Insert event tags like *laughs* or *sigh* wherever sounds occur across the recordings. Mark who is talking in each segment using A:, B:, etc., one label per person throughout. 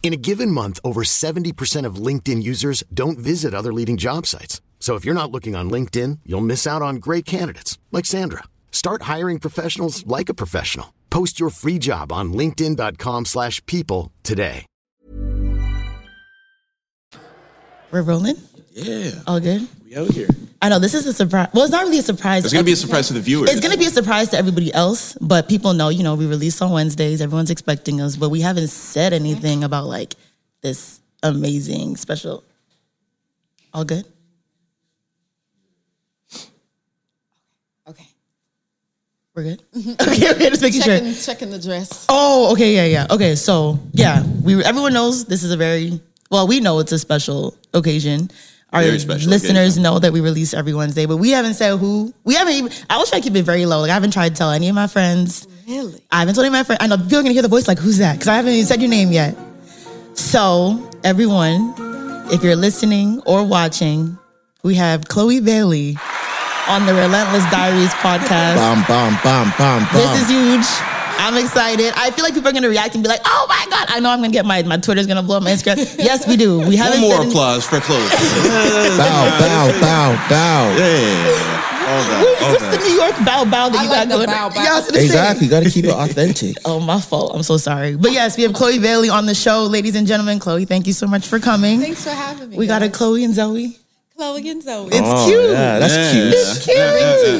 A: In a given month, over 70% of LinkedIn users don't visit other leading job sites. So if you're not looking on LinkedIn, you'll miss out on great candidates like Sandra. Start hiring professionals like a professional. Post your free job on linkedin.com/people slash people today.
B: We're rolling.
C: Yeah.
B: All good.
C: We out here.
B: I know this is a surprise. Well, it's not really a surprise.
C: It's gonna be a surprise to the viewers.
B: It's going to be a surprise to everybody else, but people know. You know, we release on Wednesdays. Everyone's expecting us, but we haven't said anything about like this amazing special. All good.
D: Okay.
B: We're good. *laughs* okay, okay, just making sure.
D: Mm-hmm. Checking, checking the dress.
B: Oh, okay, yeah, yeah. Okay, so yeah, we everyone knows this is a very well, we know it's a special occasion. Our
C: Very special
B: listeners
C: occasion.
B: know that we release every Wednesday, but we haven't said who. We haven't even. I always try to keep it very low. Like I haven't tried to tell any of my friends.
D: Really?
B: I haven't told any of my friends. I know people are gonna hear the voice like, "Who's that?" Because I haven't even said your name yet. So everyone, if you're listening or watching, we have Chloe Bailey on the
D: *laughs*
B: Relentless Diaries podcast.
C: Bomb, bomb, bomb, bomb, bomb.
B: This is huge. I'm excited. I feel like people are gonna react and be like, "Oh my god!" I know I'm gonna get my my Twitter's gonna blow up. My
C: *laughs*
B: Instagram. yes, we do. We
C: One
B: haven't.
C: more
B: said any-
C: applause for
B: *laughs*
C: Chloe.
E: Bow, bow, bow, bow.
C: yeah. All
B: Wait,
C: that. All
B: What's the
C: that.
B: New York bow bow that
D: I
B: you
D: like
B: got
D: the
B: going?
D: bow bow.
B: Yeah, I was gonna say.
E: Exactly. Got to keep it authentic.
B: *laughs* Oh, my fault. I'm so sorry. But yes, we have Chloe Bailey on the show, ladies and gentlemen. Chloe, thank you so much for coming.
D: Thanks for having me.
B: we got a
D: guys.
B: Chloe and Zoe.
D: Chloe and Zoe.
B: It's cute.
E: Yeah, that's
C: Yeah.
E: cute.
B: cute.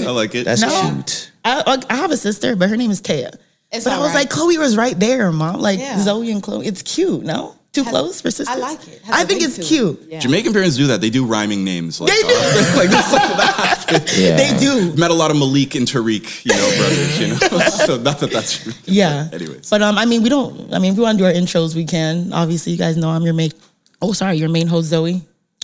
C: Yeah, I like it.
E: That's
B: No.
E: cute.
B: I, I- I have a sister, but her name is Taya.
D: It's
B: but I
D: all
B: was
D: right.
B: like, Chloe was right there, mom. Like
D: Yeah.
B: Zoe and Chloe. It's cute. No, too close for sisters.
D: I like it. Has
B: I
D: a
B: think
D: ring
B: it's
D: to it.
B: cute.
D: Yeah.
C: Jamaican parents do that. They do rhyming names. Like, uh,
B: They do.
C: *laughs* like, that's like what happened.
E: Yeah.
B: *laughs* They do.
C: Met a lot of Malik and Tariq, you know, brothers. You know, *laughs* so not that that's true.
B: Yeah.
C: Anyways.
B: But um, I mean, we don't. I mean, if we want to do our intros, we can. Obviously, you guys know I'm your main. Oh, sorry, your main host Zoe.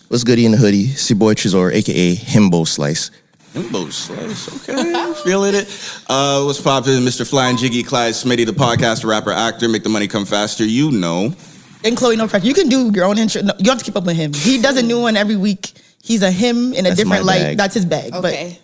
E: What's goody in the hoodie? It's your boy Trezor, aka Himbo Slice.
C: Himbo slice, okay, feeling it. Uh, what's poppin', Mr. Flying Jiggy, Clyde Smitty, the podcast, rapper, actor, make the money come faster. You know,
B: And Chloe, no pressure. You can do your own intro. No, you have to keep up with him. He does a new one every week. He's a him in a
E: That's
B: different
E: my
B: light.
E: bag.
B: That's his bag.
D: Okay.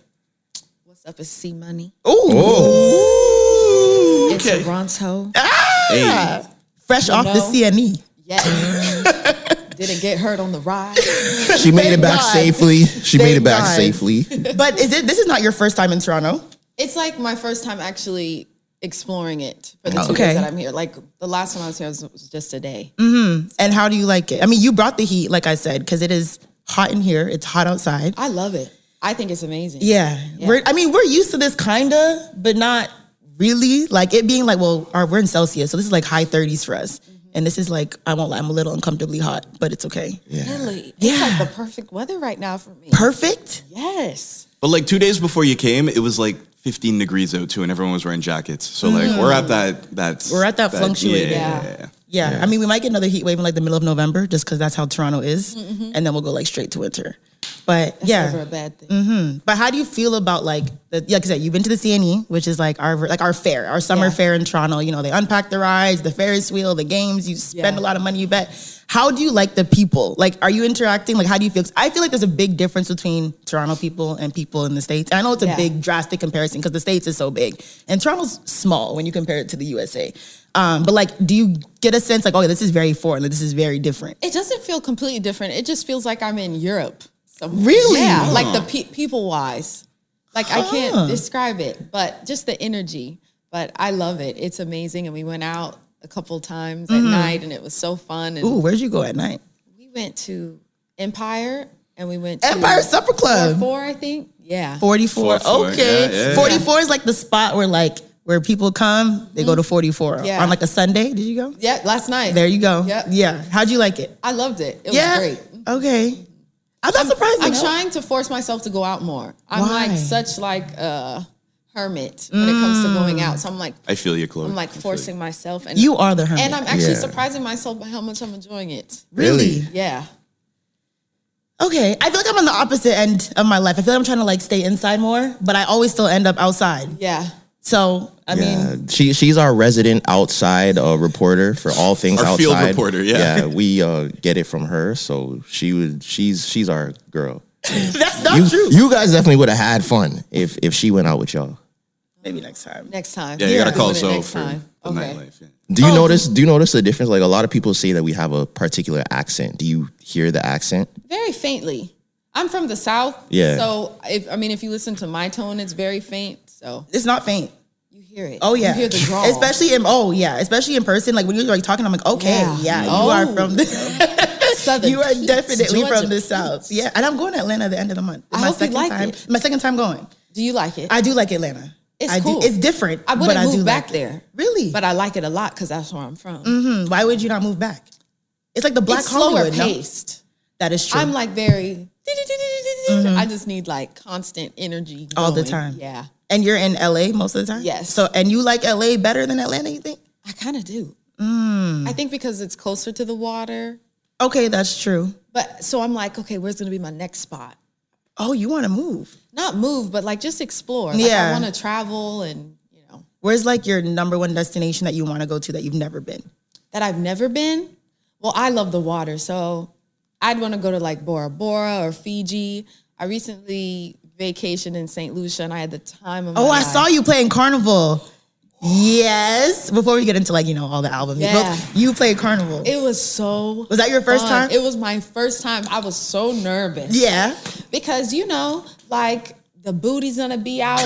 D: What's up? It's C Money.
B: But
E: Oh.
B: ooh,
D: It's
C: Okay.
D: Toronto.
B: Ah! fresh off the E.
D: know.
B: CNE. *laughs*
D: Yes. Didn't get hurt on the ride.
E: She made it
B: Thank
E: back
B: God.
E: safely. She made
B: Thank
E: it back
B: God.
E: safely.
B: But is it? This is not your first time in Toronto.
D: It's like my first time actually exploring it for the
E: Oh.
D: two
B: Okay.
D: days that I'm here. Like the last time I was here was, was just a day.
B: And how do you like it? I mean, you brought the heat, like I said, because it is hot in here. It's hot outside.
D: I love it. I think it's amazing.
B: Yeah. We're, I mean, we're used to this kinda, but not really. Like it being like, well, our, we're in Celsius, so this is like high 30s for us. And this is like, I won't lie, I'm a little uncomfortably hot, but it's okay.
D: Really? It's
B: Yeah.
D: like the perfect weather right now for me.
B: Perfect.
D: yes.
C: but like two days before you came, it was like 15 degrees out too, and everyone was wearing jackets. So like we're at that that's
B: We're at that fluctuating.
C: Yeah,
D: Mm-hmm. Yeah.
B: Yeah. I mean, we might get another heat wave in like the middle of November just because that's how Toronto is. And then we'll go like straight to winter. But yeah.
D: Never a bad thing.
B: But how do you feel about like the like I said, you've been to the CNE, which is like our like our fair, our summer
D: Yeah.
B: fair in Toronto. You know, they unpack the rides, the Ferris wheel, the games. You spend
D: Yeah.
B: a lot of money, you bet. How do you like the people? Like, are you interacting? Like, how do you feel? 'Cause I feel like there's a big difference between Toronto people and people in the States. I know it's a
F: Yeah.
B: big, drastic comparison because the States is so big and Toronto's small when you compare it to the USA. Um, but like, do you get a sense like, oh, this is very foreign, like, this is very different?
C: It doesn't feel completely different. It just feels like I'm in Europe. somewhere.
B: Really?
C: Yeah,
B: Huh.
C: like the pe- people wise. Like I
B: Huh.
C: can't describe it, but just the energy. But I love it. It's amazing. And we went out a couple times
B: Mhm.
C: at night and it was so fun. And
B: Ooh, where'd you go at night?
C: we went to Empire and we went to
B: Empire Supper Club.
C: Four, four I think. Yeah.
B: 44.
C: Four foot,
B: okay.
C: yeah, yeah.
B: 44 is like the spot where like where people come, they go to 44
C: Mm-hmm. Yeah.
B: on like a Sunday. Did you go?
C: Yeah, last night.
B: There you go.
C: Yep.
B: Yeah. How'd you like it?
C: I loved it. It
B: yeah.
C: was great.
B: Okay. I'm not surprised.
C: I'm
B: you know?
C: trying to force myself to go out more. I'm
B: Why?
C: like such like a hermit when it comes to going out. So I'm like
G: I feel you, Chloe.
C: I'm like forcing myself and
B: Mm. You are the hermit.
C: And I'm actually
B: Yeah.
C: surprising myself by how much I'm enjoying it.
B: Really?
C: Yeah.
B: Okay. I feel like I'm on the opposite end of my life. I feel like I'm trying to like stay inside more, but I always still end up outside.
C: Yeah.
B: So I mean,
A: Uh, She she's our resident outside uh, reporter for all things
G: Our
A: outside.
G: field reporter, yeah.
A: yeah. We uh, get it from her, so she would. She's she's our girl.
B: *laughs* That's not
A: you,
B: true.
A: You guys definitely would have had fun if if she went out with y'all.
B: Maybe next time.
C: Next time.
G: Yeah, you gotta call
C: Doing it
G: Zoe
C: next
G: for
C: time.
G: the nightlife.
A: Do you
C: Oh,
A: notice? Do you notice the difference? Like a lot of people say that we have a particular accent. Do you hear the accent?
C: Very faintly. I'm from the South.
A: Yeah.
C: So if I mean if you listen to my tone, it's very faint. So
B: it's not faint.
C: You hear it.
B: Oh yeah,
C: You hear the drawl.
B: especially in oh yeah, especially in person. Like when you're like talking, I'm like, okay, yeah, you
C: Oh.
B: are from the
C: *laughs*
B: southern. You are definitely
C: Georgia
B: from the south. Yeah, and I'm going to Atlanta at the end of the month.
C: I
B: my
C: hope you
B: second
C: like
B: time.
C: it.
B: My second time going.
C: Do you like it?
B: I do like Atlanta.
C: It's
B: I
C: cool.
B: Do, it's different.
C: I
B: but
C: wouldn't
B: I
C: move
B: do
C: back
B: like it.
C: there.
B: Really?
C: But I like it a lot because that's where I'm from.
B: Mhm. Why would you not move back? It's like the black
C: It's slower
B: Hollywood. no?
C: paced.
B: That is true.
C: I'm like very.
B: Mhm.
C: I just need like constant energy
B: all the
C: going.
B: time.
C: Yeah,
B: And you're in LA most of the time. Yes. So and you like LA better than Atlanta? You think?
C: I kind of do.
B: Mm.
C: I think because it's closer to the water.
B: Okay, that's true.
C: But so I'm like, okay, where's gonna be my next spot?
B: Oh, you want to move?
C: Not move, but like just explore.
B: Yeah.
C: like I want to travel and
B: Where's like your number one destination that you want to go to that you've never been?
C: that I've never been. Well, I love the water, so I'd want to go to like Bora Bora or Fiji. I recently vacationed in St. Lucia, and I had the time of my
B: Oh, I
C: life.
B: saw you playing Carnival. Yes. Before we get into like, you know, all the albums.
C: Yeah.
B: Well, you played Carnival.
C: It was so.
B: Was that your first
C: fun.
B: time?
C: It was my first time. I was so nervous.
B: Yeah.
C: Because you know, like the booty's gonna
B: *laughs*
C: be out,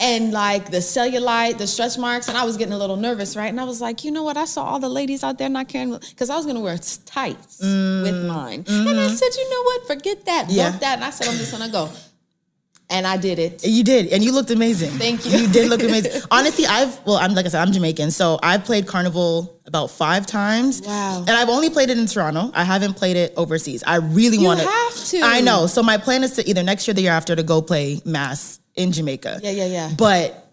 C: and like the cellulite, the stretch marks, and I was getting a little nervous, right? And I was like, you know what? I saw all the ladies out there not caring because I was gonna wear tights with mine, and I said, you know what? Forget that.
B: Mm, mm-hmm. Yeah.
C: Bump that. And I said, I'm just gonna go, and I did it.
B: You did, and you looked amazing.
C: Thank you.
B: You did look
C: *laughs*
B: amazing. Honestly, I've well, I'm like I said, I'm Jamaican, so I've played Carnival about five times. Wow. And I've only played it in Toronto. I haven't played it overseas. I really
C: You
B: want to.
C: have to.
B: I know. So my plan is to either next year, or the year after, to go play Mass in Jamaica.
C: Yeah, yeah, yeah.
B: But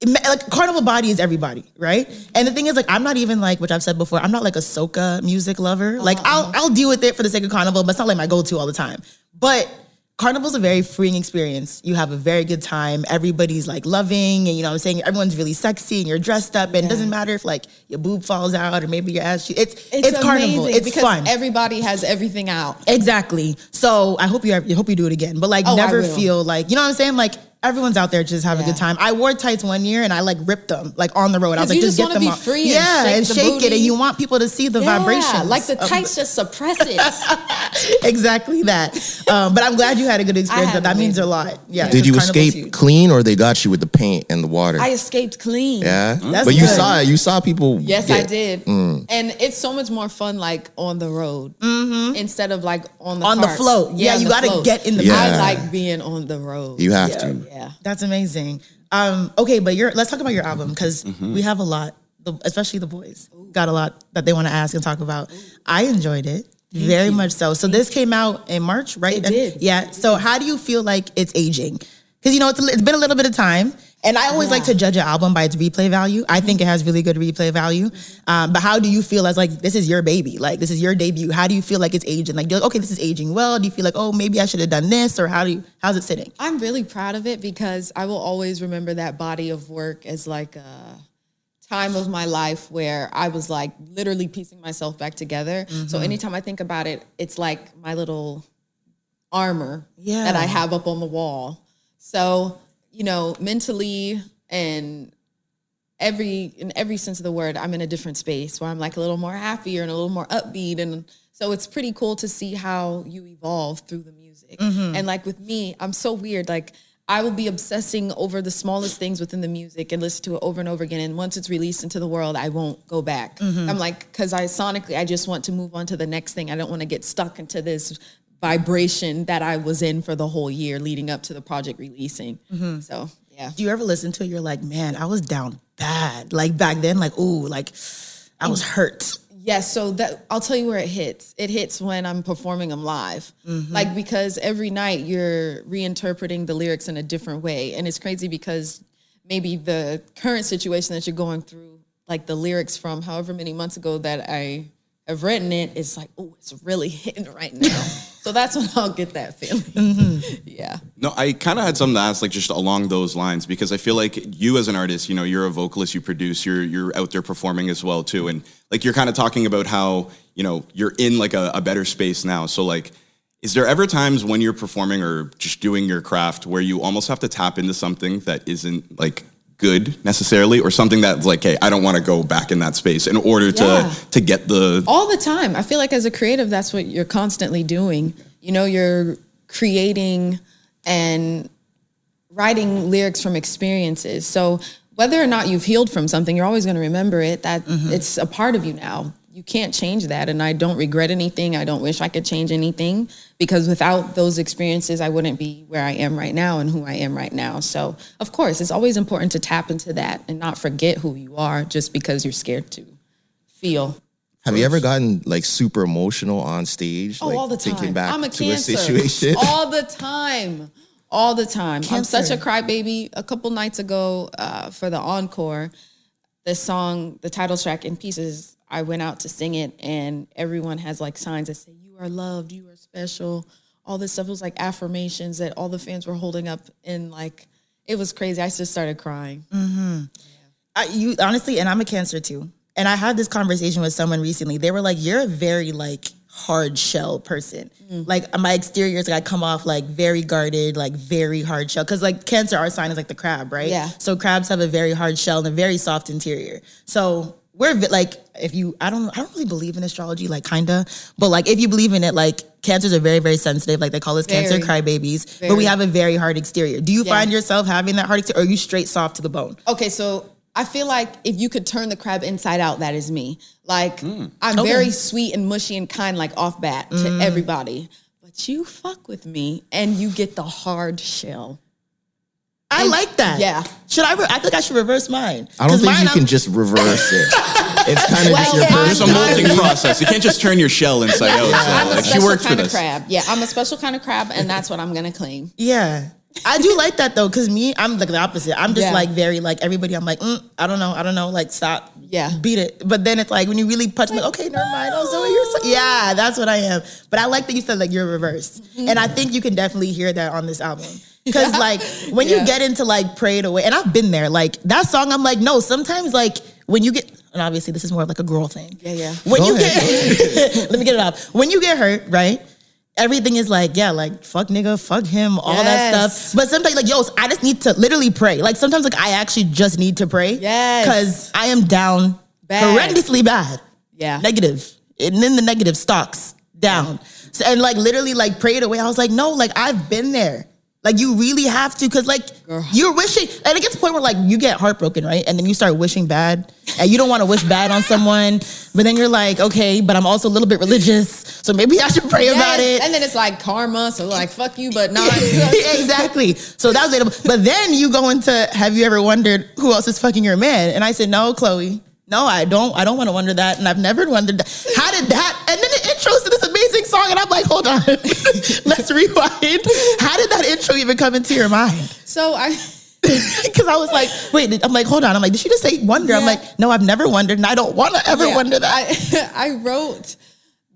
B: it ma- like carnival body is everybody, right? And the thing is, like, I'm not even like, which I've said before, I'm not like a soca music lover. Like,
C: Uh-uh.
B: I'll I'll deal with it for the sake of carnival, but it's not like my go-to all the time. But carnival's a very freeing experience. You have a very good time. Everybody's like loving, and you know what I'm saying? Everyone's really sexy and you're dressed up, and it doesn't matter if like your boob falls out or maybe your ass. It's it's, carnival.
C: amazing
B: It's
C: because
B: fun.
C: Everybody has everything out.
B: Exactly. So I hope you I hope you do it again. But like
C: Oh, I
B: never
C: will.
B: feel like you know what I'm saying. Like everyone's out there just have a good time. I wore tights one year and I like ripped them like on the road. I was
C: 'Cause
B: like,
C: you
B: just,
C: just
B: get
C: wanna
B: them
C: be
B: off.
C: free and
B: yeah,
C: shake
B: and
C: the
B: shake it,
C: booty.
B: and you want people to see the
C: Yeah,
B: vibration.
C: Like the tights just suppress it.
B: *laughs* exactly that. Um, but I'm glad you had a good experience.
C: had
B: That, that means a lot. Yeah.
A: Did you
B: because carnival's
A: escape
B: huge.
A: clean, or they got you with the paint and the water?
C: I escaped clean.
A: yeah,
B: That's
A: but you
B: good.
A: saw it. You saw people.
C: Yes, I
A: get-
C: did.
A: Mm.
C: And it's so much more fun like on the road instead of like on the
B: Mm-hmm. On the
C: carts.
B: float. Yeah,
C: on
B: you
C: the
B: gotta
C: float.
B: get in the
A: Yeah.
C: I
A: boat.
C: like being on the road.
A: You have to.
C: Yeah.
B: That's amazing. Um, okay, but your let's talk about your album because we have a lot, the, especially the boys got a lot that they want to ask and talk about. I enjoyed it very much so. So this came out in March, right? It did. Yeah. So how do you feel like it's aging? Because you know it's, a li- it's been a little bit of time, and I always like to judge an album by its replay value. I think it has really good replay value. Um, but how do you feel as like this is your baby, like this is your debut? How do you feel like it's aging? Like, you're like okay, this is aging well. Do you feel like oh maybe I should have done this or how do you how's it sitting?
C: I'm really proud of it because I will always remember that body of work as like a time of my life where I was like literally piecing myself back together. So
B: Mm-hmm.
F: Mhm.
C: anytime I think about it, it's like my little armor that I
F: Yeah.
C: have up on the wall. So, you know, mentally and every in every sense of the word, I'm in a different space where I'm like a little more happier and a little more upbeat and so it's pretty cool to see how you evolve through the music.
F: Mhm.
C: And like with me, I'm so weird like I will be obsessing over the smallest things within the music and listen to it over and over again. And once it's released into the world, I won't go back.
F: Mhm.
C: I'm like, because I sonically, I just want to move on to the next thing. I don't want to get stuck into this vibration that I was in for the whole year leading up to the project releasing.
B: Mhm.
C: So, yeah.
B: Do you ever listen to it? You're like, man, I was down bad. Like back then, like, ooh, like I was hurt.
C: Yes, so that I'll tell you where it hits. It hits when I'm performing them live. Like because every night you're reinterpreting the lyrics in a different way and it's crazy because maybe the current situation that you're going through like the lyrics from however many months ago that I have written it is like, oh, it's really hitting right now. so that's when I'll get that feeling. *laughs* Yeah.
G: No, I kind of had something to ask, like just along those lines, because I feel like you as an artist, you know, you're a vocalist, you produce, you're you're out there performing as well too, and like you're kind of talking about how you know you're in like a, a better space now. So like, is there ever times when you're performing or just doing your craft where you almost have to tap into something that isn't like good necessarily, or something that's like, hey, I don't want to go back in that space in order
C: Yeah.
G: to to get the
C: all the time. I feel like as a creative, that's what you're constantly doing. You know, you're creating and writing lyrics from experiences. So whether or not you've healed from something, you're always going to remember it. That
G: Mm-hmm.
C: it's a part of you now. You can't change that, and I don't regret anything. I don't wish I could change anything because without those experiences, I wouldn't be where I am right now and who I am right now. So, of course, it's always important to tap into that and not forget who you are just because you're scared to feel.
A: Have you ever gotten like super emotional on stage?
C: Oh,
A: like,
C: all the time.
A: Thinking back
C: I'm a
A: to
C: cancer.
A: a situation.
C: *laughs* All the time. All the time. I'm
F: Cancer.
C: such a crybaby. A couple nights ago uh, for the encore, the song, the title track in pieces, I went out to sing it and everyone has like signs that say, You are loved, you are special. All this stuff It was like affirmations that all the fans were holding up and like it was crazy. I just started crying.
B: Mm-hmm. I, you honestly, and I'm a cancer too. And I had this conversation with someone recently. They were like, "You're a very like hard shell person.
C: Mm.
B: Like my exteriors, like I come off like very guarded, like very hard shell. Because like cancer, our sign is like the crab, right?
C: Yeah.
B: So crabs have a very hard shell and a very soft interior. So we're vi- like, if you, I don't, I don't really believe in astrology, like kinda, but like if you believe in it, like cancers are very, very sensitive. Like they call us cancer
C: Very.
B: crybabies, but we
C: Very.
B: have a very hard exterior. Do you
C: Yeah.
B: find yourself having that hard exterior, or are you straight soft to the bone?
C: Okay, so I feel like if you could turn the crab inside out, that is me. Like
G: Hmm.
C: I'm
B: Okay.
C: very sweet and mushy and kind, like off bat to
B: Mm.
C: everybody. But you fuck with me, and you get the hard shell.
B: I like that.
C: Yeah.
B: Should I? Re- I think I should reverse mine.
A: I don't
B: 'Cause
A: think
B: mine,
A: you can
B: I'm-
A: just reverse
B: *laughs*
A: it. It's kind of just
C: Well,
A: your
C: I'm
A: personal.
G: there's a molding process. You can't just turn your shell inside out. So,
C: I'm a
G: like, she
C: special
G: worked for
C: kind of
G: this.
C: crab. Yeah, I'm a special kind of crab, and that's what I'm gonna claim.
B: *laughs* Yeah. I do like that though, because me, I'm like the opposite. I'm just
C: Yeah.
B: like very like everybody. I'm like, mm, I don't know, I don't know, like stop,
C: yeah,
B: beat it. But then it's like when you really punch, like, okay, never mind. Oh, so you're so yeah, that's what I am. But I like that you said like you're reversed, and I think you can definitely hear that on this
C: *laughs*
B: album. Cause like when
C: Yeah.
B: you get into like prayed away, and I've been there. Like that song, I'm like, no. Sometimes like when you get, and obviously this is more of like a girl thing.
C: Yeah, yeah.
B: When you get, *laughs* let me get it off. When you get hurt, right? Everything is like, yeah, like fuck nigga, fuck him, all that
C: Yes.
B: stuff. But sometimes, like, yo, I just need to literally pray. Like sometimes, like I actually just need to pray.
C: Yes.
B: because I am down
C: Bad.
B: horrendously bad.
C: Yeah.
B: negative, and then the negative stocks down. So, and like literally, like prayed away. I was like, no, like I've been there. Like you really have to, because like you're wishing, and it gets to the point where like you get heartbroken, right? And then you start wishing bad, and you don't want to wish bad on someone, but then you're like, okay, but I'm also a little bit religious, so maybe I should pray about
C: Yes,
B: it.
C: and then it's like karma. So like, fuck you,
B: *laughs*
C: but not.
B: exactly. So that was it. But then you go into have you ever wondered who else is fucking your man? And I said, No, Chloe. No, I don't. I don't want to wonder that. And I've never wondered that. How did that? And then it intros to this amazing song. And I'm like, hold on. *laughs* Let's rewind. How did that intro even come into your mind? *laughs*
C: So I.
B: Because I was like, wait, did- I'm like, hold on. I'm like, did she just say wonder? I'm like, no, I've never wondered. And I don't want to ever
C: *laughs* Yeah.
B: wonder that.
C: I, I wrote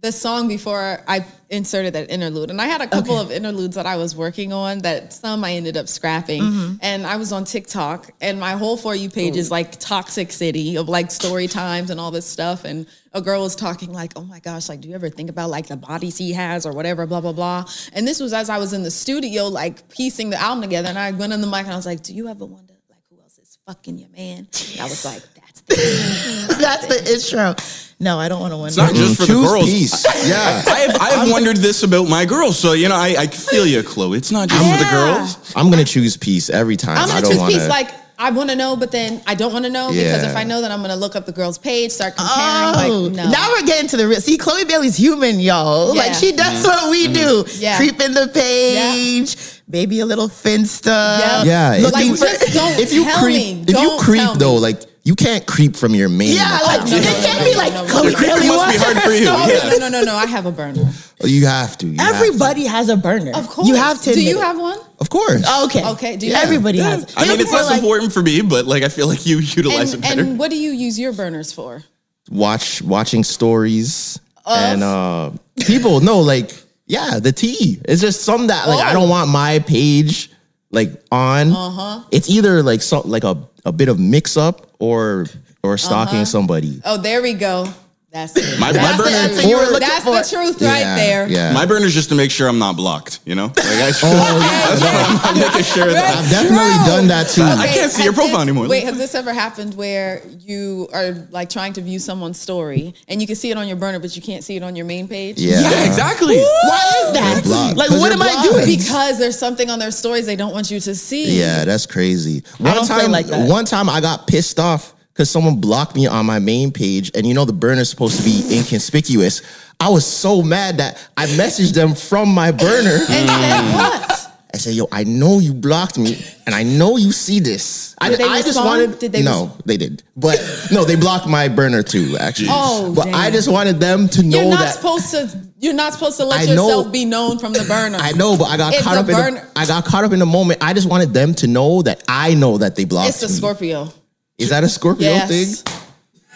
C: the song before I inserted that interlude. And I had a couple of interludes that I was working on that some I ended up scrapping.
B: Mm-hmm.
C: And I was on TikTok and my whole for you page is like toxic city of like story times and all this stuff. And a girl was talking like, oh my gosh, like do you ever think about like the bodies he has or whatever, blah, blah, blah. And this was as I was in the studio, like piecing the album together. And I went on the mic and I was like, Do you ever wonder like who else is fucking your man? And I was like, that's
B: *laughs* That's the intro. No, I don't want to win.
G: It's not just for the
A: Choose
G: girls. *laughs*
A: peace. Yeah.
G: I have, I have wondered this about my girls, so you know I, I feel you, Chloe. It's not just for the girls.
A: I'm gonna choose peace every time.
C: I'm
A: I
C: gonna
A: don't
C: choose
A: wanna,
C: peace. Like I want to know, but then I don't want to
B: oh,
C: know because
A: Yeah.
C: if I know, then I'm gonna look up the girl's page, start comparing.
B: Oh,
C: like, no.
B: now we're getting to the real. See, Chloe Bailey's human, y'all.
C: Yeah.
B: Like she does what
G: Mm-hmm.
B: we do.
C: Yeah.
B: Creeping the page, maybe a little finsta.
C: Yeah.
A: Yeah,
B: Looking
C: Like,
B: for.
C: just don't
A: if you
C: tell
A: creep,
C: me.
A: if you
C: Don't tell
A: creep
C: me.
A: though, Oh, like you can't creep from your main.
B: Yeah, like
C: no,
B: it
C: no,
B: can't
C: no,
B: be
C: no,
B: like
C: no, no.
B: Chloe
G: The creeping
B: Bailey.
G: must be
B: wants
G: hard
B: her
G: for you,
B: story.
G: yeah.
C: No, no, no, no. I have a burner.
A: you have to. you have to.
B: Everybody has a burner.
C: Of course.
B: you have to.
C: Do
B: admit
C: you
B: it.
C: have one?
A: of course.
B: Okay.
C: Okay, do you-
B: Everybody has. it.
G: I
B: You know,
G: mean, it's
B: people are
G: less
B: like,
G: important for me, but like I feel like you utilize
C: And,
G: it better.
C: and what do you use your burners for?
A: Watch watching stories and uh, people. No, like yeah, the tea. It's just some that like I
C: Oh.
A: don't want my page like on. Uh-huh. It's either like so, like a a bit of mix up or or
C: Uh-huh.
A: stalking somebody.
C: Oh, there we go. That's it.
G: my my
C: That's,
G: burner,
B: answer
C: the,
B: you were looking
C: that's
B: for.
C: the truth right
A: yeah,
C: there.
A: Yeah. Oh,
G: my burner's just to make sure I'm not blocked. You know, like I, I'm making sure that.
A: I've definitely
C: Bro.
A: done that too.
G: I can't see your
C: has
G: profile
C: this-
G: anymore.
C: Wait, has this ever happened where you are like trying to view someone's story and you can see it on your burner, but you can't see it on your main page?
A: Yeah.
G: Yeah, exactly.
B: Why is
A: You're
B: that?
A: blocked.
B: Like,
A: 'Cause
B: what
A: you're
B: am I
A: blocked.
B: doing?
C: Because there's something on their stories they don't want you to see. *clears throat*
A: Yeah, that's crazy. One
B: don't play
A: time,
B: like that.
A: one time I got pissed off because someone blocked me on my main page, and you know the burner's supposed to be inconspicuous. I was so mad that I messaged them from my burner.
C: *laughs* And then what?
A: I said, "Yo, I know you blocked me, and I know you see this. I,
C: Did they
A: I just
C: respond?
A: wanted.
C: Did they
A: no, they did. But no, they blocked my burner too. Actually,
C: Oh,
A: but I
C: damn.
A: just wanted them to know
C: You're not
A: that.
C: supposed to. You're not supposed to let
A: I know-
C: yourself be known from the burner.
A: I know, but I got
C: It's
A: caught
C: a
A: up in the,
C: burner.
A: I got caught up in the moment. I just wanted them to know that I know that they blocked
C: It's a
A: me.
C: Scorpio.
A: Is that a Scorpio
C: Yes.
A: thing?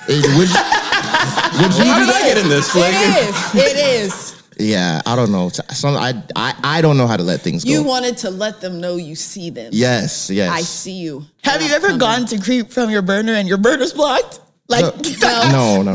A: Is- would, would you
G: How
A: do
G: did I
A: that?
G: get in this? Like,
C: It is. It is.
A: Yeah, I don't know. Some I I, I don't know how to let things
C: You
A: go.
C: wanted to let them know you see them.
A: yes, yes.
C: I see you.
B: Have you ever gone to creep from your burner and your burner's blocked? Like, *laughs*
A: No, no, no.
C: No, no, no.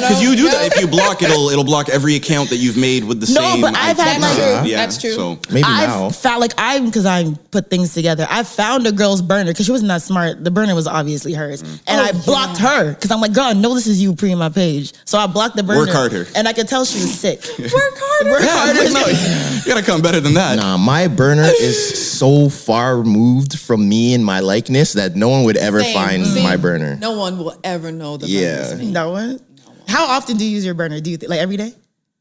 G: Because you do that. If you block, it'll it'll block every account that you've made with the
B: No,
G: same.
B: but I've had,
G: ID.
B: like- That's
C: true.
G: yeah,
C: That's true.
G: So
A: Maybe now.
B: I've found like I'm because I put things together. I found a girl's burner because she wasn't that smart. The burner was obviously hers,
C: Oh.
B: and I blocked her because I'm like, girl, I know this is you pre my page, so I blocked the burner.
G: harder.
B: and I could tell she was
C: *laughs*
B: sick.
C: work harder.
B: Work
G: yeah,
B: harder.
G: like, no, you gotta come better than that.
A: Nah, my burner is so far removed from me and my likeness that no one would ever
C: Same.
A: find
C: See,
A: my burner.
C: No one will ever know the
A: Yeah.
C: yeah.
B: No one. How often do you use your burner? Do you think like every day?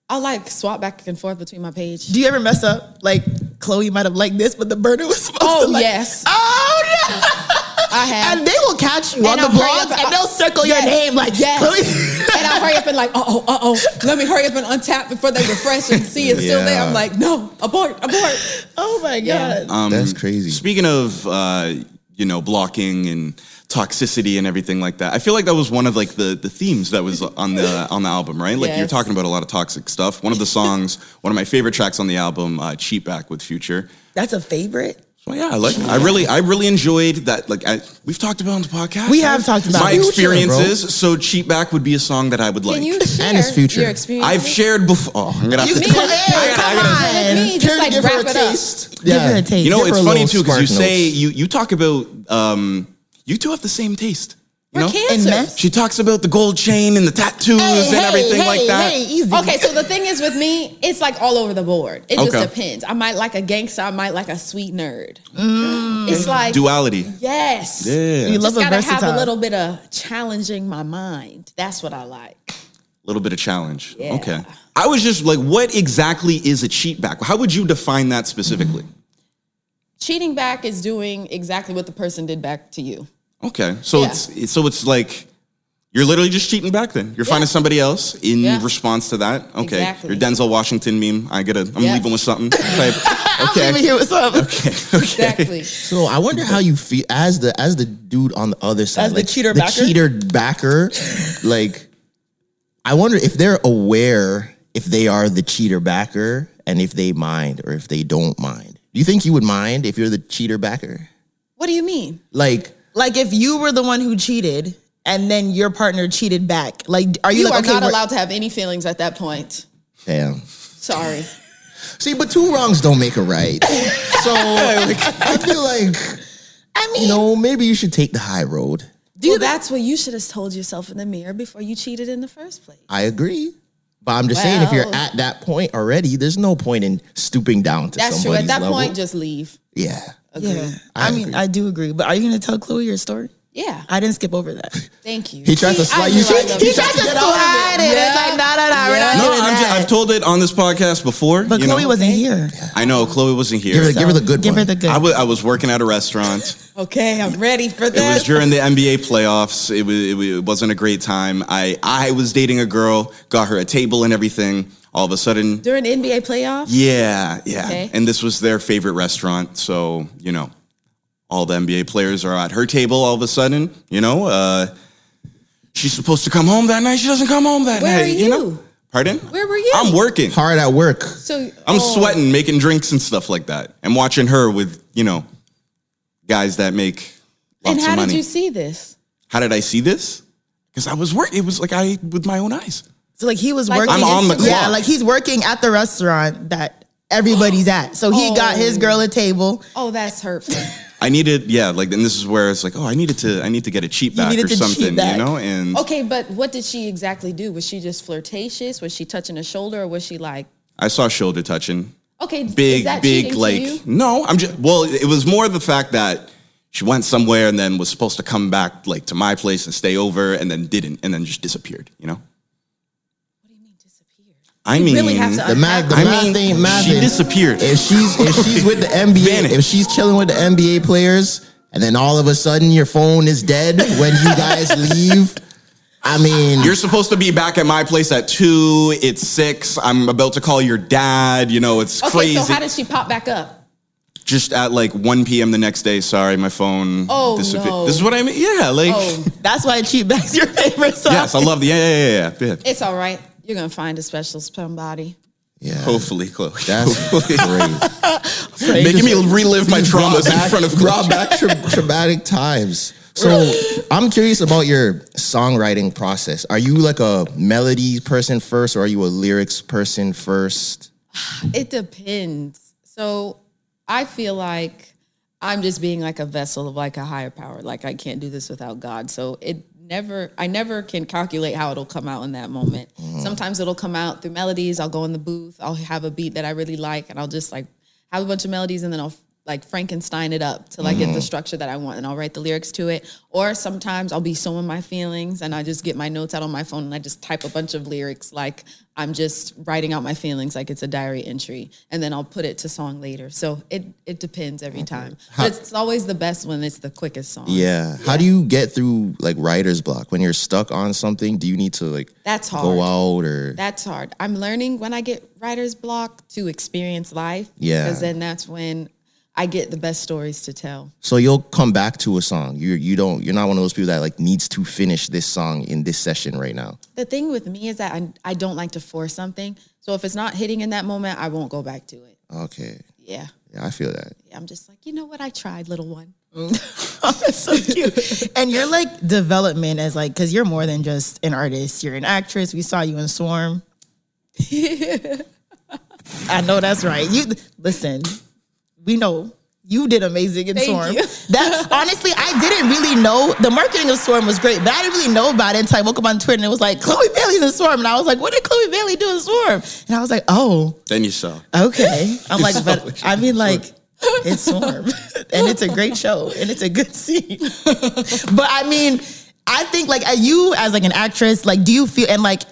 C: I like swap back and forth between my page.
B: Do you ever mess up? Like Chloe might have liked this, but the burner was supposed
C: *laughs* Oh,
B: to. Like,
C: yes.
B: Oh no.
C: I have.
B: And they will catch you on
C: And
B: the
C: I'll hurry
B: blogs
C: up-
B: and they'll circle
C: Yes.
B: your name like
C: Yes.
B: Chloe.
C: *laughs* and I hurry up and like, uh oh, uh oh. Let me hurry up and untap before they refresh and see it's still there. I'm
A: Yeah.
C: like, no, abort, abort.
B: oh my
C: Yeah.
B: god.
A: That's crazy.
G: Speaking of, uh, you know, blocking and toxicity and everything like that, I feel like that was one of like the, the themes that was on the on the album, right? Like you're
C: Yes.
G: talking about a lot of toxic stuff. One of the songs, one of my favorite tracks on the album, uh, "Cheat Back" with Future.
B: That's a favorite.
G: So yeah, I like. I really, I really enjoyed that. Like I, we've talked about on the podcast.
B: We have talked about
G: my
B: it.
G: experiences. so "Cheat Back" would be a song that I would like.
C: Can you share
A: his future.
C: your experience?
G: I've shared before. Oh, I'm gonna have
B: You
G: to.
B: can-
G: I gotta- I
B: come
G: gotta-
B: on.
C: with me, just
B: Can
C: like
B: give her
C: wrap
B: a
C: it up.
B: taste. Give her a taste.
G: You know,
A: Give her
G: it's
A: a
G: funny
A: little
G: too because
A: spark
G: you say
A: notes.
G: you you talk about um you two have the same taste. You
C: We're
G: know?
B: And
C: cancers.
B: mess.
G: She talks about the gold chain and the tattoos and everything
B: hey,
G: like that.
B: Hey, easy.
C: Okay, so the thing is with me, it's like all over the board. It
G: Okay.
C: just depends. I might like a gangster, I might like a sweet nerd. It's like
G: Duality.
C: yes.
G: Yeah.
B: you
G: A
B: love
C: Just
B: a
C: gotta have
B: versatile.
C: a little bit of challenging my mind. That's what I like.
G: little bit of challenge.
C: Yeah.
G: Okay. I was just like, what exactly is a cheat back? How would you define that specifically?
C: Mm-hmm. Cheating back is doing exactly what the person did back to you.
G: Okay. So
C: Yeah.
G: it's it's so it's like you're literally just cheating back then. You're finding somebody else in
C: Yeah.
G: response to that. Okay.
C: Exactly.
G: Your Denzel Washington meme. I gotta I'm
C: Yeah.
G: leaving with something.
C: *laughs*
G: Type.
B: Let me
G: okay. *laughs*
B: hear what's up.
C: Exactly.
A: So I wonder how you feel as the as the dude on the other side,
B: As the cheater
A: the
B: backer? *laughs*
A: cheater backer. like, I wonder if they're aware if they are the cheater backer and if they mind or if they don't mind. Do you think you would mind if you're the cheater backer?
C: What do you mean?
A: Like,
B: Like if you were the one who cheated and then your partner cheated back, like are you,
C: You
B: like
C: are
B: okay,
C: not
B: we're-
C: allowed to have any feelings at that point.
A: damn.
C: Sorry.
A: See, but two wrongs don't make a
C: *laughs*
A: right. so like, I feel like, I mean, you know, maybe you should take the high road.
C: Do that's what you should have told yourself in the mirror before you cheated in the first place.
A: I agree. But I'm just saying, if you're
C: Well.
A: at that point already, there's no point in stooping down to
C: That's true.
A: somebody's
C: At that
A: level.
C: point, just leave.
A: yeah.
B: Yeah, I, mean,
C: uh,
B: I do agree. But are you going to tell Chloe your story?
C: Yeah.
B: I didn't skip over that.
C: Thank you.
A: He tried to
C: I
A: slide-
C: knew
A: you
C: I
A: see?
C: loved
A: He
C: you.
A: tried to get
C: Just
A: out of it.
C: slide it. It's like,
B: nah, nah, nah. We're not
G: No,
B: doing
G: I'm just,
B: that.
G: I've told it on this podcast before.
B: but
G: you
B: Chloe
G: know?
B: wasn't here.
G: I know Chloe wasn't here.
A: Give her, the- give her the good
B: Give
A: one.
B: her the good.
G: I wa- I was working at a restaurant.
C: *laughs* Okay, I'm ready for
G: It was
C: this.
G: during the NBA playoffs. It, was, it, wa- it wasn't a great time. I, I was dating a girl, got her a table and everything. All of a sudden,
C: during NBA playoffs?
G: yeah, yeah.
C: Okay.
G: And this was their favorite restaurant. So, you know, all the NBA players are at her table all of a sudden. You know, uh, she's supposed to come home that night. She doesn't come home that
C: Where
G: night.
C: are
G: know?
C: you?
G: Pardon?
C: Where were you?
G: I'm working.
A: Hard at work.
C: So
G: I'm
C: oh,
G: sweating, making drinks and stuff like that, and watching her with you know guys that make lots
C: And how
G: of money.
C: did you see this?
G: how did I see this? Because I was working. It was like I with my own eyes.
B: So like he was
C: Like,
B: working.
C: I'm on the
B: Yeah,
G: clock.
B: like he's working at the restaurant that everybody's at. So he got his girl a table.
C: Oh, that's hurtful.
G: I needed, yeah, like, and this is where it's like, oh, I needed to, I need to get a cheat back
B: needed
G: or
B: to cheat
G: something,
B: back.
G: you know, and
C: okay, but what did she exactly do? Was she just flirtatious? Was she touching her shoulder, or was she like,
G: I saw shoulder touching,
C: okay, is
G: big,
C: that cheating
G: big,
C: to
G: like,
C: you?
G: no, I'm just, well, it was more the fact that she went somewhere and then was supposed to come back like to my place and stay over, and then didn't, and then just disappeared, you know. What do
C: You
G: mean disappeared? I mean,
C: really have to
A: The math, the
G: I
A: math
G: mean,
A: ain't math.
G: she
A: ain't-
G: disappeared.
A: If she's if she's with the NBA,
G: Vanished.
A: if she's chilling with the NBA players, and then all of a sudden your phone is dead when
G: *laughs*
A: you guys leave. I mean,
G: You're supposed to be back at my place at two. It's six. I'm about to call your dad. You know, it's
C: Okay,
G: crazy.
C: so how did she pop back up?
G: Just at like 1 p.m. the next day. Sorry, my phone.
C: Oh, no.
G: This is what I mean. Yeah, like. *laughs*
C: Oh,
B: That's why cheat back's your favorite song.
G: Yes, I love the. Yeah, yeah, yeah, yeah. yeah.
C: it's all right. You're gonna find a special somebody.
A: yeah,
G: Hopefully, Chloe.
A: that's great.
G: Making me relive my
A: Just brought
G: traumas in
A: back-
G: front of
A: brought
G: Chloe.
A: back tra- traumatic times. So I'm curious about your songwriting process. Are you like a melody person first, or are you a lyrics person first?
C: It depends. So I feel like I'm just being like a vessel of like a higher power. Like I can't do this without God. So it never, I never can calculate how it'll come out in that moment.
A: Mm.
C: Sometimes it'll come out through melodies. I'll go in the booth. I'll have a beat that I really like, and I'll just like have a bunch of melodies, and then I'll like Frankenstein it up till I get the structure that I want, and I'll write the lyrics to it. Or sometimes I'll be so in my feelings, and I just get my notes out on my phone, and I just type a bunch of lyrics like I'm just writing out my feelings, like it's a diary entry, and then I'll put it to song later. So it it depends every time. But it's always the best when it's the quickest song.
A: Yeah. How do you get through like writer's block when you're stuck on something? Do you need to like
C: That's hard.
A: go out or
C: That's hard. I'm learning when I get writer's block to experience life.
A: Yeah.
C: Because then that's when I get the best stories to tell.
A: so you'll come back to a song. You you don't you're not one of those people that like needs to finish this song in this session right now.
C: The thing with me is that I, I don't like to force something. So if it's not hitting in that moment, I won't go back to it.
A: Okay.
C: Yeah.
A: Yeah, I feel that.
C: Yeah, I'm just like, you know what? I tried, little one. *laughs*
B: so cute. And your like development as like because you're more than just an artist. You're an actress. We saw you in
C: *laughs*
B: Swarm. I know that's right. You listen. We know you did amazing in
C: Thank
B: Swarm.
C: you.
B: That honestly, I didn't really know the marketing of Swarm was great, but I didn't really know about it until I woke up on Twitter and it was like Chloe Bailey's in Swarm, and I was like, what did Chloe Bailey do in Swarm? And I was like, oh.
G: Then you saw.
B: Okay.
G: *laughs*
B: I'm like, but I mean, like, it's Swarm. *laughs* and it's a great show and it's a good *laughs* scene. but I mean, I think, like, are you as like an actress, like, do you feel, and like,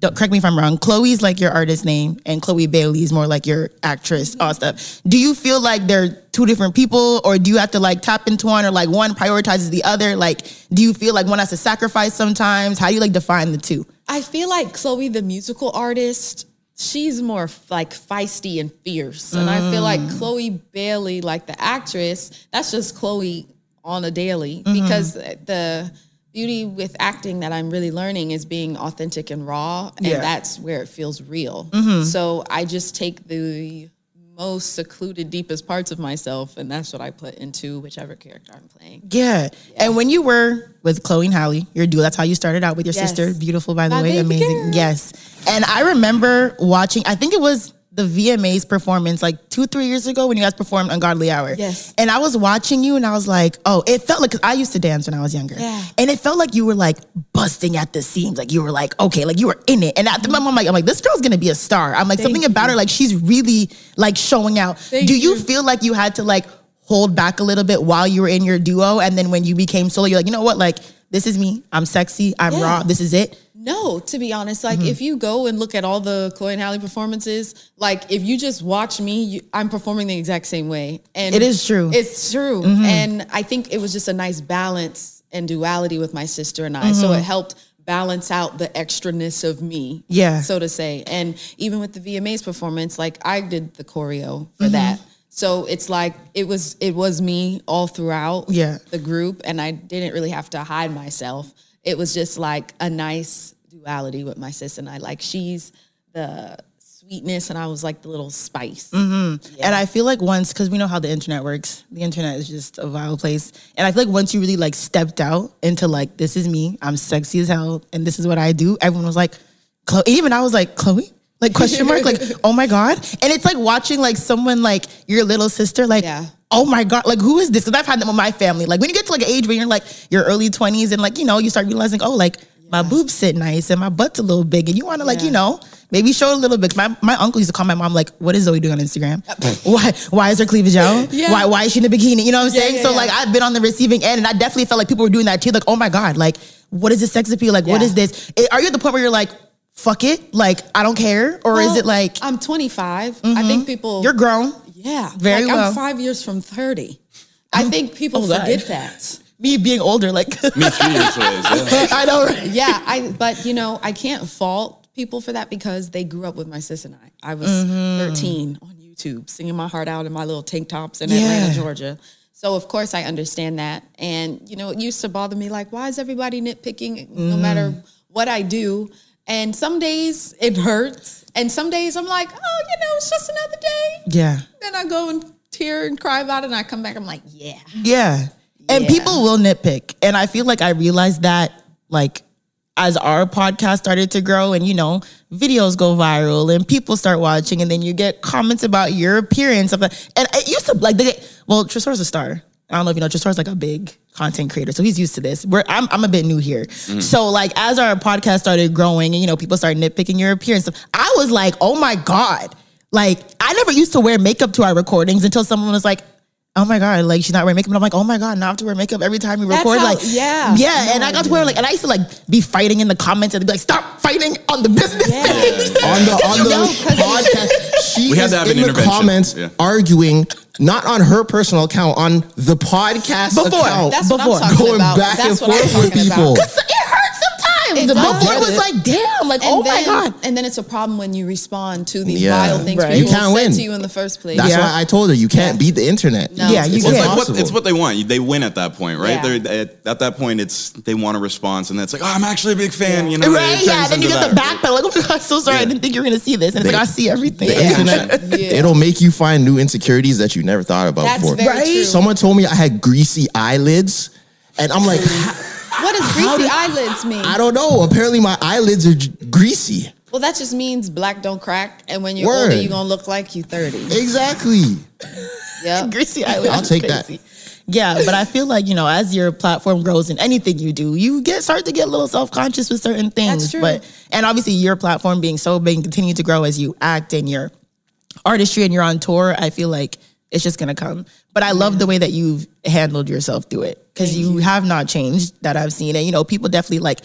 B: don't, correct me if I'm wrong, Chloe's like your artist name and Chloe Bailey is more like your actress, all stuff. Do you feel like they're two different people or do you have to like tap into one or like one prioritizes the other? Like, do you feel like one has to sacrifice sometimes? How do you like define the two?
C: I feel like Chloe, the musical artist, she's more like feisty and fierce. And I feel like Chloe Bailey, like the actress, that's just Chloe on a daily because the
B: beauty with acting that I'm really learning is being authentic and raw, and
H: Yeah.
B: that's where it feels real. So I just take the most secluded, deepest parts of myself, and that's what I put into whichever character I'm playing.
C: Yeah. And when you were with Chloe and Holly, your duo, that's how you started out with your
B: Yes.
C: sister. Beautiful, by the
B: My
C: way.
B: baby
C: Amazing.
B: girl.
C: Yes. And I remember watching, I think it was the VMA's performance like two, three years ago when you guys performed Ungodly Hour.
B: Yes.
C: And I was watching you and I was like, oh, it felt like, cause I used to dance when I was younger.
B: Yeah.
C: And it felt like you were like busting at the seams. Like you were like, okay, like you were in it. And at the moment, I'm like, I'm like, this girl's gonna be a star. I'm like, something about her, like she's really like showing out. Do you feel like you had to like hold back a little bit while you were in your duo? And then when you became solo, you're like, you know what? Like, this is me. I'm sexy. I'm
B: Yeah.
C: raw. This is it.
B: No, to be honest,
C: Mm-hmm.
B: like if you go and look at all the Chloe and Halle performances, like if you just watch me, you, I'm performing the exact same way. And
C: It is true. Mm-hmm.
B: It's true. And I think it was just a nice balance and duality with my sister and I.
C: Mm-hmm.
B: So it helped balance out the extraness of me.
C: Yeah.
B: So to say. And even with the VMAs performance, like I did the choreo for
C: Mm-hmm.
B: that. So it's like it was it was me all throughout
C: Yeah.
B: the group and I didn't really have to hide myself. It was just like a nice duality with my sis and I. Like she's the sweetness and I was like the little spice.
C: Mm-hmm. And I feel like once, because we know how the internet works, the internet is just a vile place. And I feel like once you really like stepped out into like, this is me, I'm sexy as hell, and this is what I do, everyone was like, Chloe. Even I was like, Chloe? Like, question mark? like, oh my God. And it's like watching like someone like your little sister, like,
B: Yeah.
C: oh my God, like, who is this? Because I've had them with my family. Like, when you get to like an age when you're like your early 20s and like, you know, you start realizing, oh, like, my boobs sit nice and my butt's a little big, and you want to like, you know, maybe show a little bit. My my uncle used to call my mom like, "What is Zoe doing on
B: *laughs*
C: Instagram? why why is her cleavage out?
B: Yeah.
C: Why why is she in a bikini? You know what I'm
B: Yeah,
C: saying?
B: yeah,
C: so
B: yeah.
C: like, I've been on the receiving end, and I definitely felt like people were doing that too. Like, oh my god, like what is this sex appeal? Like, what
B: Yeah.
C: is this? It- are you at the point where you're like, fuck it, like I don't care, or is
B: Well,
C: it like Mm-hmm.
B: I'm 25. I think people
C: you're grown?
B: Yeah.
C: Very
B: like
C: well.
B: I'm five years from 30. I think people
C: *laughs* Oh, God.
B: forget that.
C: Me being older, like
I: *laughs* Me three years old. yeah.
C: *laughs* I know. Right?
B: yeah, I but you know, I can't fault people for that because they grew up with my sis and I. I was
C: Mm-hmm.
B: 13 on YouTube singing my heart out in my little tank tops in
C: Yeah.
B: Atlanta, Georgia. So of course I understand that. And you know, it used to bother me like why is everybody nitpicking
C: Mm.
B: no matter what I do? And some days it hurts and some days I'm like, "Oh, you know, it's just another day."
C: Yeah.
B: Then I go and tear and cry about it and I come back I'm like, "Yeah."
C: Yeah. And
B: Yeah.
C: people will nitpick. And I feel like I realized that like as our podcast started to grow and you know, videos go viral and people start watching and then you get comments about your appearance of the- and it used to like they well, Tresor's a star. I don't know if you know Tresor's like a big content creator, so he's used to this. Where I'm I'm a bit new here. So like as our podcast started growing and you know, people started nitpicking your appearance, I was like, oh my God. Like I never used to wear makeup to our recordings until someone was like, oh my god, like she's not wearing makeup. And I'm like, oh my god, now I have to wear makeup every time we
B: That's
C: record.
B: how-
C: like,
B: yeah.
C: yeah. and I got to wear like, and I used to like be fighting in the comments and be like, stop fighting on the business page.
A: on the on
C: No,
A: the
C: *laughs* 'cause-
A: podcast. *laughs* She
I: We had
A: is
I: to have
A: in
I: an
A: the
I: intervention.
A: comments
I: Yeah.
A: arguing not on her personal account on the podcast
C: *laughs* Before.
A: account.
B: That's
C: Before.
B: what I'm talking
A: Going
B: about.
A: back
B: That's
A: and
B: what
A: forth
B: I'm
A: with
B: talking
A: people.
B: about.
C: Because it hurts sometimes. *laughs*
B: It
C: The
B: does.
C: before it was
A: Yeah.
C: like, damn, like,
B: And
C: oh my
B: then-
C: god.
B: And then it's a problem when you respond to these
A: Yeah.
B: vile things
C: Right.
B: people
C: You
A: can't
B: said
A: win.
B: to you in the first place.
A: That's
C: Yeah.
A: why I told her you can't beat the internet.
B: No.
C: Yeah, you
A: It's
C: can't.
A: like,
I: Like, what-
A: Possible.
I: it's what they want. They win at that point, right?
B: Yeah.
I: They're, at, at that point, it's they want a response, and that's like, oh, I'm actually a big fan. You know,
C: Right,
I: it
C: yeah.
I: turns
C: Then you
I: into
C: get
I: that.
C: the back pedal. Like, oh my god, I'm so sorry. I didn't think you were gonna see this. And it's
A: They-
C: like I see everything.
A: The internet, it'll make you find new insecurities that you never thought about
B: That's
A: before.
B: very
C: Right?
B: true.
A: Someone told me I had greasy eyelids, and I'm like,
B: what does greasy eyelids mean?
A: I don't know. Apparently, my eyelids are j- greasy.
B: well, that just means black don't crack, and when you're
A: Word.
B: older, you're gonna look like you 30.
A: Exactly.
B: Yeah,
C: greasy eyelids.
A: I'll take that.
C: Crazy. Yeah, but I feel like you know, as your platform grows in anything you do, you get start to get a little self conscious with certain
B: That's
C: things.
B: true.
C: But and obviously, your platform being so big, and continue to grow as you act and your artistry and you're on tour. I feel like it's just gonna come. But I love the way that you've handled yourself through it because you, have not changed that I've seen, and you know, people definitely like.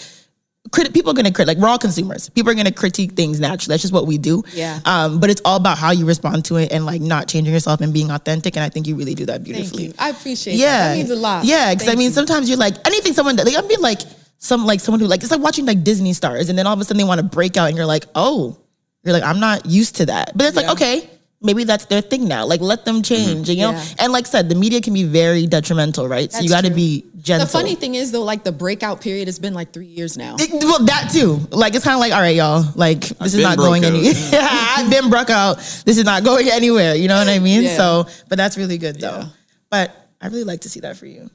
C: Crit- people are going to crit like we're all consumers. People are going to critique things naturally. That's just what we do.
B: Yeah.
C: Um. But it's all about how you respond to it and like not changing yourself and being authentic. And I think you really do that beautifully.
B: thank you. I appreciate.
C: Yeah,
B: that. that means a lot.
C: Yeah, because I
B: Thank
C: mean,
B: you.
C: sometimes you're like anything someone that like I mean, like some like someone who like it's like watching like Disney stars, and then all of a sudden they want to break out, and you're like, oh, you're like I'm not used to that, but it's like okay, maybe that's their thing now. Like let them change, you know.
B: Yeah.
C: And like I said, the media can be very detrimental, right? so you got to be gentle.
B: The funny thing is though, like the breakout period has been like three years now.
C: It- well, that too. Like it's kind of like, all right, y'all. Like this is
G: been
C: not
G: broke
C: going
G: out.
C: any. *laughs* I've been broke out. This is not going anywhere. You know what I mean?
B: Yeah.
C: So, but that's really good though. But I really like to see that for you.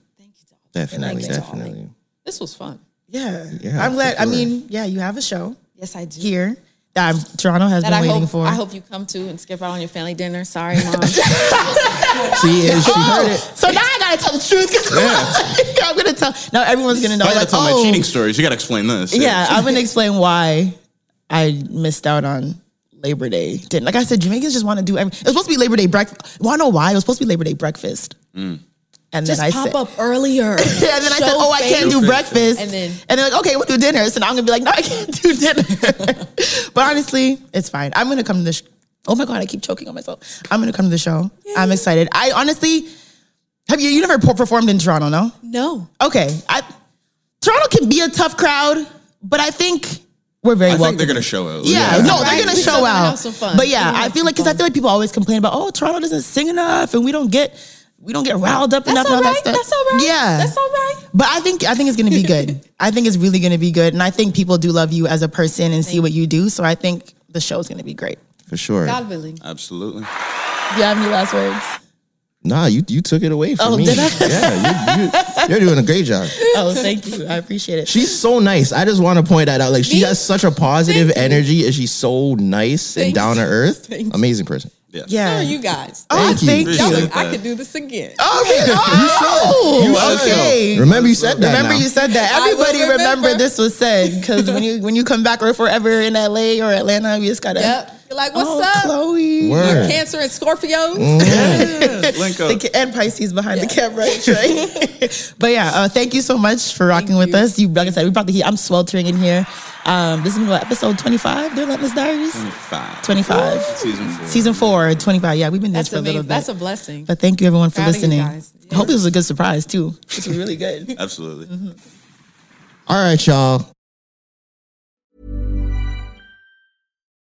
A: Definitely,
B: Like, it's all
A: definitely.
B: This was fun.
C: Yeah.
A: Yeah,
C: I'm
A: for
C: glad. I
A: sure.
C: mean, yeah, you have a show
B: Yes, I do.
C: here that I'm, Toronto has
B: That
C: been
B: I
C: waiting
B: hope
C: for.
B: I hope you come to and skip out on your family dinner. Sorry, mom.
C: *laughs*
A: She is. She
C: Oh,
A: heard it.
C: so now I gotta tell the truth because *laughs* I'm gonna tell. Now everyone's gonna know.
G: I gotta
C: like,
G: tell
C: oh,
G: my cheating stories. You gotta explain this.
C: Yeah,
G: *laughs*
C: I'm gonna explain why I missed out on Labor Day dinner. Like I said, Jamaicans just want to do every. It was supposed to be Labor Day breakfast. Well, I know why. It was supposed to be Labor Day breakfast.
G: Mm.
C: And
B: Just
C: then I
B: pop
C: said,
B: up earlier.
C: *laughs* yeah, and then I said, oh, I can't do breakfast.
B: And then-
C: and they're like, okay, we'll do dinner. So now I'm gonna be like, no, I can't do dinner. *laughs* but honestly, it's fine. I'm gonna come to the. Sh- oh my god, I keep choking on myself. I'm gonna come to the show. I'm excited. I honestly, have you you never per- performed in Toronto? No.
B: No.
C: Okay, I, Toronto can be a tough crowd, but I think we're very
G: I
C: welcome.
G: think they're gonna show out.
C: Yeah, no,
B: Right?
C: they're gonna
B: We're
C: show
B: gonna
C: out.
B: have some fun.
C: But
B: We're
C: yeah,
B: gonna
C: I
B: have
C: feel
B: some
C: like because I
B: fun.
C: feel like people always complain about oh Toronto doesn't sing enough and we don't get we don't get riled up enough
B: That's
C: and
B: all
C: all
B: right.
C: that stuff.
B: That's all right.
C: Yeah,
B: That's all right.
C: But I think I think it's gonna be good.
B: *laughs*
C: I think it's really gonna be good, and I think people do love you as a person and see what you do. So I think the show's gonna be great.
A: For sure.
B: God willing.
G: Absolutely.
C: Do you have any last words?
A: Nah, you you took it away from
C: Oh,
A: me.
C: did I?
A: Yeah, you, you, you're doing a great job.
C: *laughs* Oh, thank you. I appreciate it.
A: She's so nice. I just want to point that out. Like she
B: Me-
A: has such a positive
B: Thank you.
A: energy, and she's so nice and
B: Thanks.
A: down to earth.
B: Thanks.
A: Amazing person.
C: Yeah.
B: Sorry, you guys.
C: oh,
A: Thank you.
B: Y'all
C: thank you.
G: Appreciate
B: look, I
G: that.
B: could do this again.
C: Oh, really?
A: You
C: Oh,
A: should.
C: okay.
A: Remember you said that.
C: Remember
A: now.
C: you said that.
B: I will
C: Everybody remember.
B: remember.
C: this was said because when you when you come back or forever in LA or Atlanta, we just gotta.
B: Yep. You're like, what's
C: oh,
B: up?
C: Chloe?
A: Word.
B: Cancer and Scorpios.
G: Link
C: The
G: up.
C: ca- and Pisces behind the camera, right? *laughs* but yeah, uh, thank you so much for rocking with us. You, like I said, we brought the heat. I'm sweltering in here. Um, this is what, episode 25, The Relentless Diaries.
G: Five.
C: 25.
G: Season four.
C: Season four, 25. Yeah, we've been doing
B: That's
C: this for a little
B: amazing.
C: bit.
B: That's a blessing.
C: but thank you everyone for
B: Proud of you
C: listening.
B: guys.
C: I hope this was a good surprise too. Mm-hmm. This was really good.
G: Absolutely.
A: All right, y'all.